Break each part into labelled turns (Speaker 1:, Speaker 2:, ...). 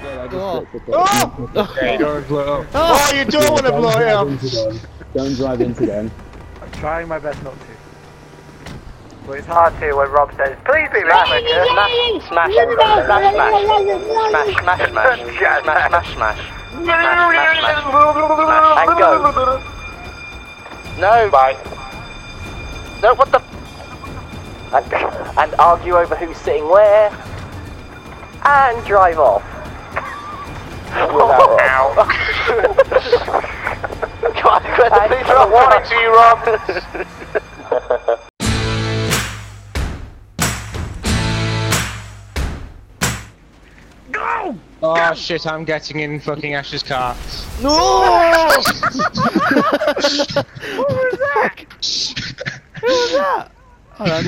Speaker 1: Oh.
Speaker 2: Oh!
Speaker 3: Don't blow up.
Speaker 2: Oh, you don't want to blow it up.
Speaker 4: Don't drive into them.
Speaker 5: I'm trying my best not to. But it's hard to when Rob says, please be right with us."
Speaker 6: Smash, smash, smash, smash, smash, smash, smash, smash, smash, smash, smash, smash, and go. No. Bye. No, what the? And, and argue over who's sitting where, and drive off. Without Ow. God, please, Rob.
Speaker 5: to you, Rob.
Speaker 3: Oh shit, I'm getting in fucking Ash's car.
Speaker 1: No! that? Hold on.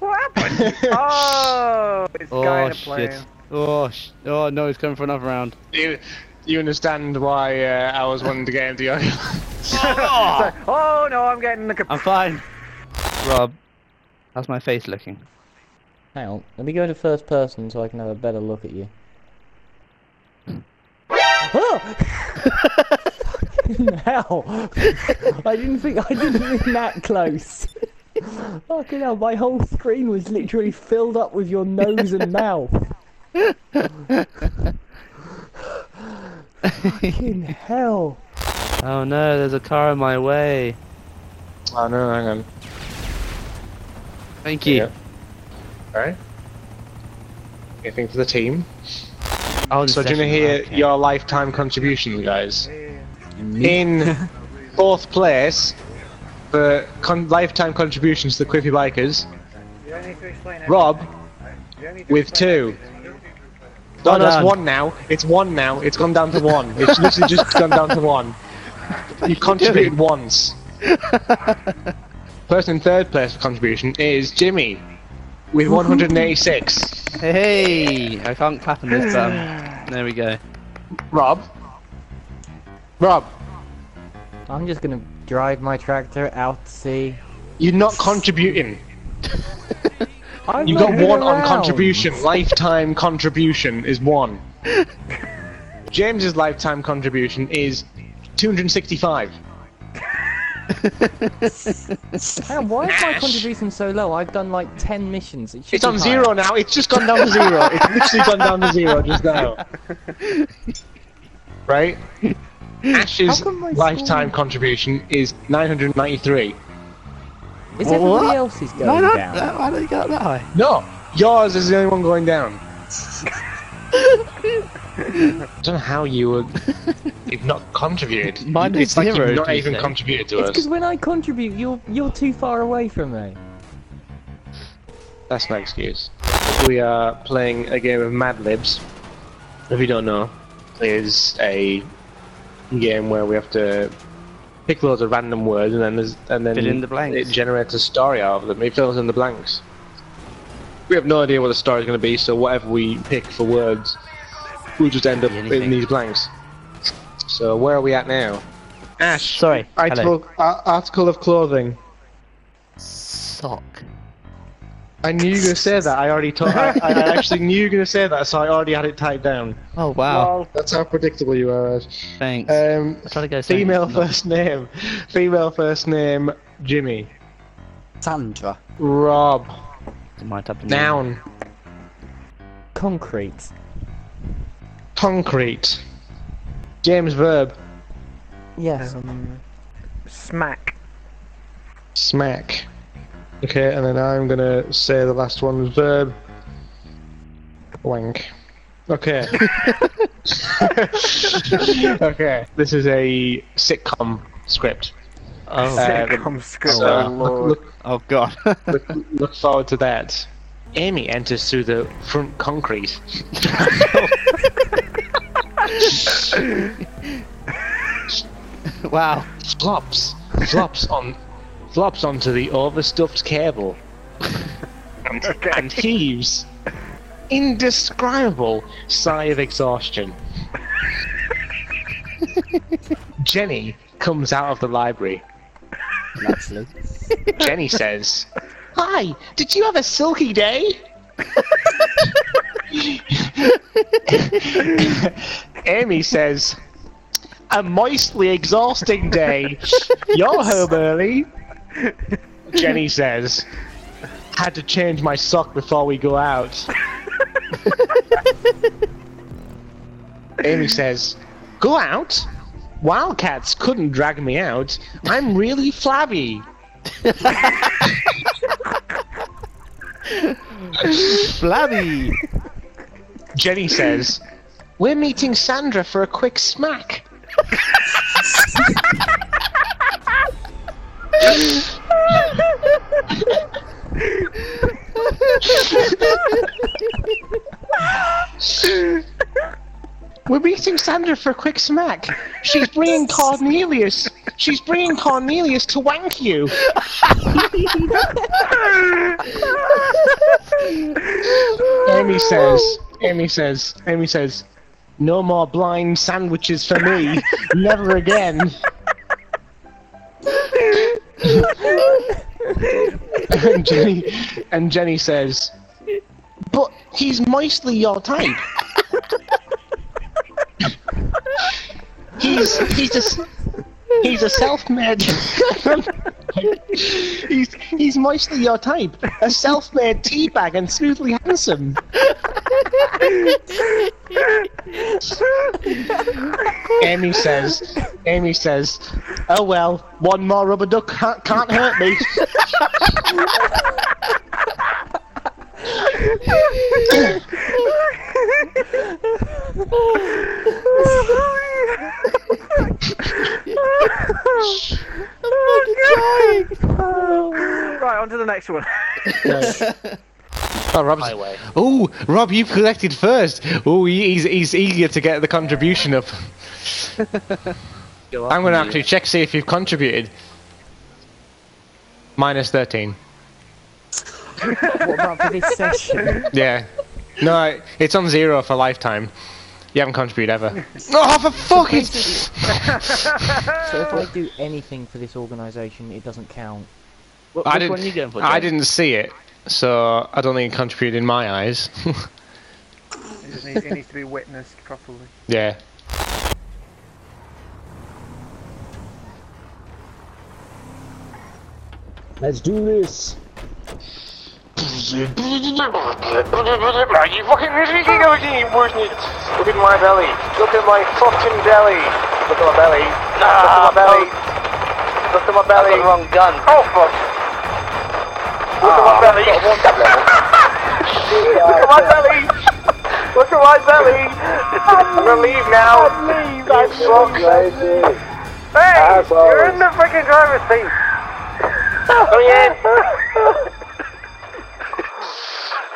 Speaker 5: What happened? Oh, it's
Speaker 1: Oh
Speaker 5: going to play.
Speaker 1: shit. Oh sh- Oh no, he's coming for another round.
Speaker 3: You, you understand why uh, I was wanting to get into your.
Speaker 5: Oh. oh no, I'm getting the. Cap-
Speaker 1: I'm fine. Rob, how's my face looking?
Speaker 7: Hang on, let me go to first person so I can have a better look at you. hell! I didn't think I didn't mean that close. Fucking hell, my whole screen was literally filled up with your nose and mouth. Fucking hell.
Speaker 1: Oh no, there's a car in my way.
Speaker 3: Oh no, hang on.
Speaker 1: Thank you.
Speaker 3: Yeah. Alright. Anything for the team?
Speaker 1: Oh,
Speaker 3: So do you want to hear your lifetime contribution, guys? In fourth place for con- lifetime contributions to the Quippy Bikers,
Speaker 5: You don't need to explain everything.
Speaker 3: Rob
Speaker 5: You don't need to
Speaker 3: with
Speaker 5: explain
Speaker 3: two.
Speaker 5: everything.
Speaker 3: No,
Speaker 1: Well
Speaker 3: no, it's
Speaker 1: done.
Speaker 3: one now. It's one now. It's gone down to one. It's literally just gone down to one. You contributed once. Person in third place for contribution is Jimmy with 186.
Speaker 1: Hey, I can't clap on this button. There we go.
Speaker 3: Rob. Rob,
Speaker 7: I'm just gonna drive my tractor out to sea.
Speaker 3: you're not contributing.
Speaker 7: I'm
Speaker 3: You
Speaker 7: not
Speaker 3: got
Speaker 7: even
Speaker 3: one on
Speaker 7: around.
Speaker 3: contribution. Lifetime contribution is one. James's lifetime contribution is 265.
Speaker 7: Hang on, why is my contribution so low? I've done like 10 missions. It should
Speaker 3: It's
Speaker 7: be
Speaker 3: on
Speaker 7: higher.
Speaker 3: zero now. It's just gone down to zero. It's literally gone down to zero just now. Right? Ash's
Speaker 7: come my
Speaker 3: lifetime contribution is 993.
Speaker 7: Is
Speaker 1: What?
Speaker 7: everybody else's going down?
Speaker 1: How did you get that high?
Speaker 3: No, yours is the only one going down. I don't know how you would. You've not contributed.
Speaker 1: Mine is
Speaker 3: it's like
Speaker 1: zero,
Speaker 3: you've not
Speaker 1: do you
Speaker 3: even
Speaker 1: think?
Speaker 3: contributed to
Speaker 7: It's
Speaker 3: us.
Speaker 7: because when I contribute, you're you're too far away from me.
Speaker 3: That's no excuse. We are playing a game of Mad Libs. If you don't know, is a game where we have to pick loads of random words and then there's, and then
Speaker 1: Fill in the blanks.
Speaker 3: it generates a story out of them. It fills in the blanks. We have no idea what the story is going to be, so whatever we pick for words, we'll just end up in
Speaker 1: Anything.
Speaker 3: these blanks. So where are we at now? Ash.
Speaker 1: Sorry. Hello.
Speaker 3: Article, ar- article of clothing.
Speaker 1: Sock.
Speaker 3: I knew you were going to say that. I already told. I, I I actually knew you were going to say that, so I already had it typed down.
Speaker 1: Oh wow.
Speaker 5: Lol.
Speaker 3: That's how predictable you are.
Speaker 1: Thanks.
Speaker 3: Um,
Speaker 1: I tried to go saying
Speaker 3: female
Speaker 1: it's not-
Speaker 3: first name. Female first name Jimmy.
Speaker 8: Sandra.
Speaker 3: Rob.
Speaker 1: It might have been
Speaker 3: Noun.
Speaker 7: Concrete.
Speaker 3: Concrete. James verb.
Speaker 7: Yes.
Speaker 5: Um, Smack.
Speaker 3: Smack. Okay, and then I'm gonna say the last one's verb. Wank. Okay. okay. This is a sitcom script.
Speaker 1: Oh,
Speaker 3: Uh,
Speaker 5: Sitcom script.
Speaker 3: so
Speaker 5: Oh,
Speaker 3: look-
Speaker 5: Lord.
Speaker 3: look
Speaker 1: oh god.
Speaker 3: look, look forward to that. Amy enters through the front concrete.
Speaker 1: wow.
Speaker 3: flops, flops on, flops onto the overstuffed cable, and, and heaves indescribable sigh of exhaustion. Jenny comes out of the library.
Speaker 8: Naturally.
Speaker 3: Jenny says, "Hi, did you have a silky day?" Amy says, "A moistly exhausting day. You're home early." Jenny says, "Had to change my sock before we go out." Amy says, "Go out? Wildcats couldn't drag me out. I'm really flabby."
Speaker 1: Flabby!
Speaker 3: Jenny says, "We're meeting Sandra for a quick smack." We're meeting Sandra for a quick smack. She's bringing Cornelius. She's bringing Cornelius to wank you. Amy says, Amy says, Amy says, no more blind sandwiches for me. Never again. and Jenny and Jenny says, but he's mostly your type. he's he's a s- he's a self-made. he's he's mostly your type, a self-made teabag and smoothly handsome. Amy says, Amy says, oh well, one more rubber duck can't, can't hurt me.
Speaker 5: Right, on to the next one.
Speaker 3: Oh, Rob's away. Oh, Rob, you've collected first. Oh, he's he's eager to get the contribution up. I'm going to actually check see if you've contributed. Minus thirteen.
Speaker 7: What about for this session?
Speaker 3: Yeah. No, I- it's on zero for lifetime. You haven't contributed ever. oh, for fuck it!
Speaker 7: So if I do anything for this organisation, it doesn't count.
Speaker 1: What,
Speaker 3: I
Speaker 1: which
Speaker 3: didn't.
Speaker 1: one are you going for?
Speaker 3: I
Speaker 1: Joe?
Speaker 3: didn't see it, so I don't think it contributed in my eyes.
Speaker 5: It, just needs, it needs to be witnessed properly.
Speaker 3: yeah.
Speaker 4: Let's do this.
Speaker 6: Are you fucking thinking of you wouldn't it? Look at my belly. Look at my fucking belly. Look at my belly. Look at my belly. Look at my belly. wrong gun. Oh fuck. Look at my belly. Look at my belly. Look at my belly. I'm gonna leave now. leave. I'm so crazy.
Speaker 5: Hey,
Speaker 6: Assholes.
Speaker 5: you're in the freaking driver's seat.
Speaker 6: Oh yeah.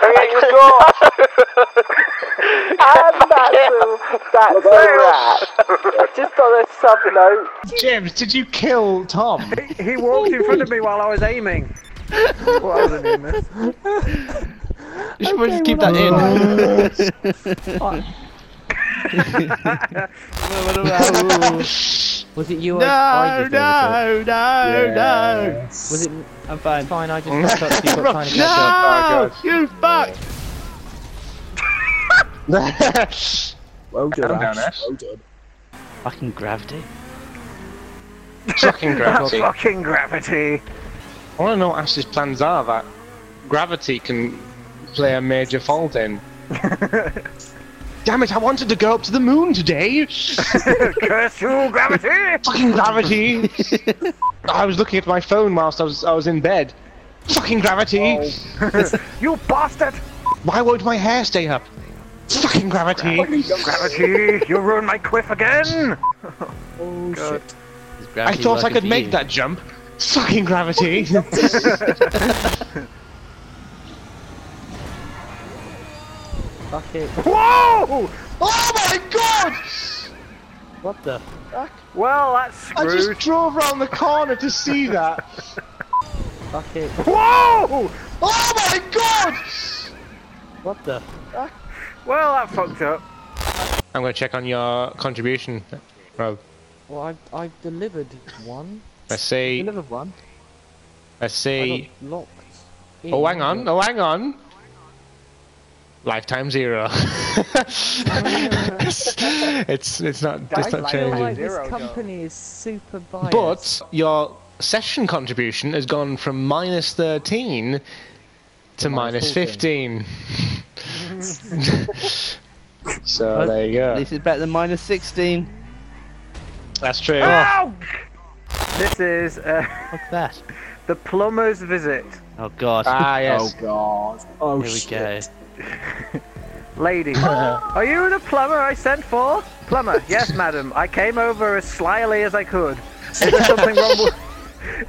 Speaker 6: Okay, you go. I'm That's alright. Just on a sub note.
Speaker 3: James, did you kill Tom?
Speaker 5: He, he walked in front of me while I was aiming. well, I wasn't aiming.
Speaker 1: You should probably just keep that in.
Speaker 7: Was it you? or I
Speaker 1: no,
Speaker 7: did
Speaker 1: no,
Speaker 7: all
Speaker 1: Oh, no, no.
Speaker 7: the- Was it
Speaker 1: I'm fine.
Speaker 7: fine? I just fucked up. You got trying to catch up.
Speaker 1: No! You fuck!
Speaker 4: Well done,
Speaker 2: down,
Speaker 4: Ash.
Speaker 2: Ash.
Speaker 4: Well done.
Speaker 1: Fucking gravity.
Speaker 3: Shocking gravity. I
Speaker 5: Fucking gravity.
Speaker 3: want to know what Ash's plans are that gravity can play a major fault in. Damn it, I wanted to go up to the moon today!
Speaker 5: Curse you, gravity!
Speaker 3: Fucking gravity! I was looking at my phone whilst I was, I was in bed. Fucking gravity!
Speaker 1: Oh.
Speaker 5: You bastard!
Speaker 3: Why won't my hair stay up? Fucking gravity!
Speaker 5: Gravity, you ruined my quiff again!
Speaker 4: Oh,
Speaker 5: God.
Speaker 4: shit.
Speaker 1: Is
Speaker 3: I
Speaker 1: gravity
Speaker 3: thought I
Speaker 1: working
Speaker 3: could
Speaker 1: for
Speaker 3: make
Speaker 1: you?
Speaker 3: that jump! Fucking gravity!
Speaker 7: Fuck it.
Speaker 5: Whoa!
Speaker 3: oh my god!
Speaker 7: What the?
Speaker 5: Well, that's
Speaker 3: I
Speaker 5: screwed.
Speaker 3: just drove around the corner to see that!
Speaker 7: Fuck it.
Speaker 5: Whoa!
Speaker 3: Oh my god!
Speaker 7: What the?
Speaker 5: Well, that fucked up.
Speaker 3: I'm gonna check on your contribution, Rob.
Speaker 7: Well, I've, I've delivered one.
Speaker 3: Let's see.
Speaker 7: Delivered one.
Speaker 3: Let's
Speaker 7: I
Speaker 3: see.
Speaker 7: got locked. in.
Speaker 3: Oh, hang on. Oh, hang on. Oh, lifetime zero. it's, it's it's not it's not
Speaker 5: Guidelines.
Speaker 3: changing.
Speaker 5: Like this Zero, company
Speaker 7: company is super biased.
Speaker 3: But your session contribution has gone from minus 13 to minus
Speaker 7: minus
Speaker 3: 15. so there you go.
Speaker 1: This is better than minus 16.
Speaker 3: That's true.
Speaker 5: This is uh,
Speaker 1: What's that?
Speaker 5: the plumber's visit.
Speaker 1: Oh god.
Speaker 3: Ah, yes.
Speaker 4: God. Oh,
Speaker 1: Here we
Speaker 4: shit.
Speaker 1: go.
Speaker 5: Lady, are you the plumber I sent for? Plumber, yes, madam. I came over as slyly as I could. Is there something wrong with,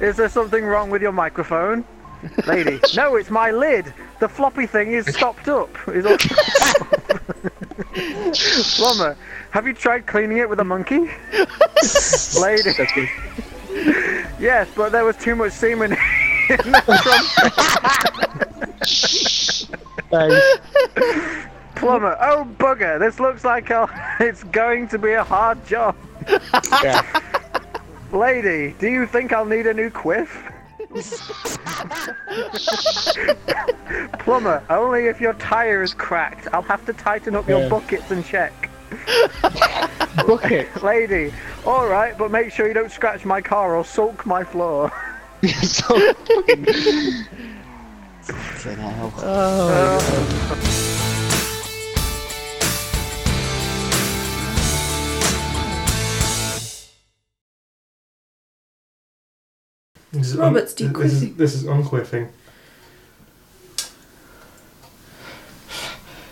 Speaker 5: is there something wrong with your microphone? Lady, no, it's my lid. The floppy thing is stopped up. Is all... plumber, have you tried cleaning it with a monkey? Lady, yes, but there was too much semen in the trumpet. plumber. Oh bugger! This looks like a, it's going to be a hard job.
Speaker 3: Yeah.
Speaker 5: Lady, do you think I'll need a new quiff? plumber, only if your tire is cracked. I'll have to tighten up your
Speaker 3: Yeah.
Speaker 5: buckets and check.
Speaker 3: Bucket.
Speaker 5: Lady, all right, but make sure you don't scratch my car or sulk my floor.
Speaker 3: So-
Speaker 8: Fucking hell.
Speaker 9: This is
Speaker 10: Robert's
Speaker 9: un- this is,
Speaker 10: dequiffing.
Speaker 9: this is unquiffing.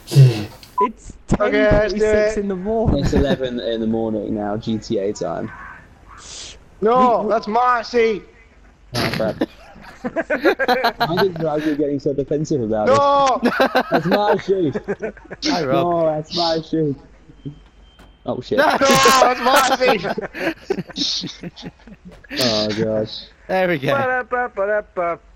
Speaker 9: Yeah.
Speaker 7: it's 10:36
Speaker 3: Okay, let's do it.
Speaker 7: in the morning.
Speaker 4: It's 11 in the morning now, GTA time.
Speaker 3: no, that's Marcy.
Speaker 4: Oh, crap. I didn't realize you were getting so defensive about it.
Speaker 3: No.
Speaker 4: That's my shoe.
Speaker 1: Hi Rob.
Speaker 4: No, that's my shoe. Oh shit. Oh gosh.
Speaker 1: There we go.
Speaker 4: Oh,
Speaker 5: Ba-da-ba-ba-da-ba.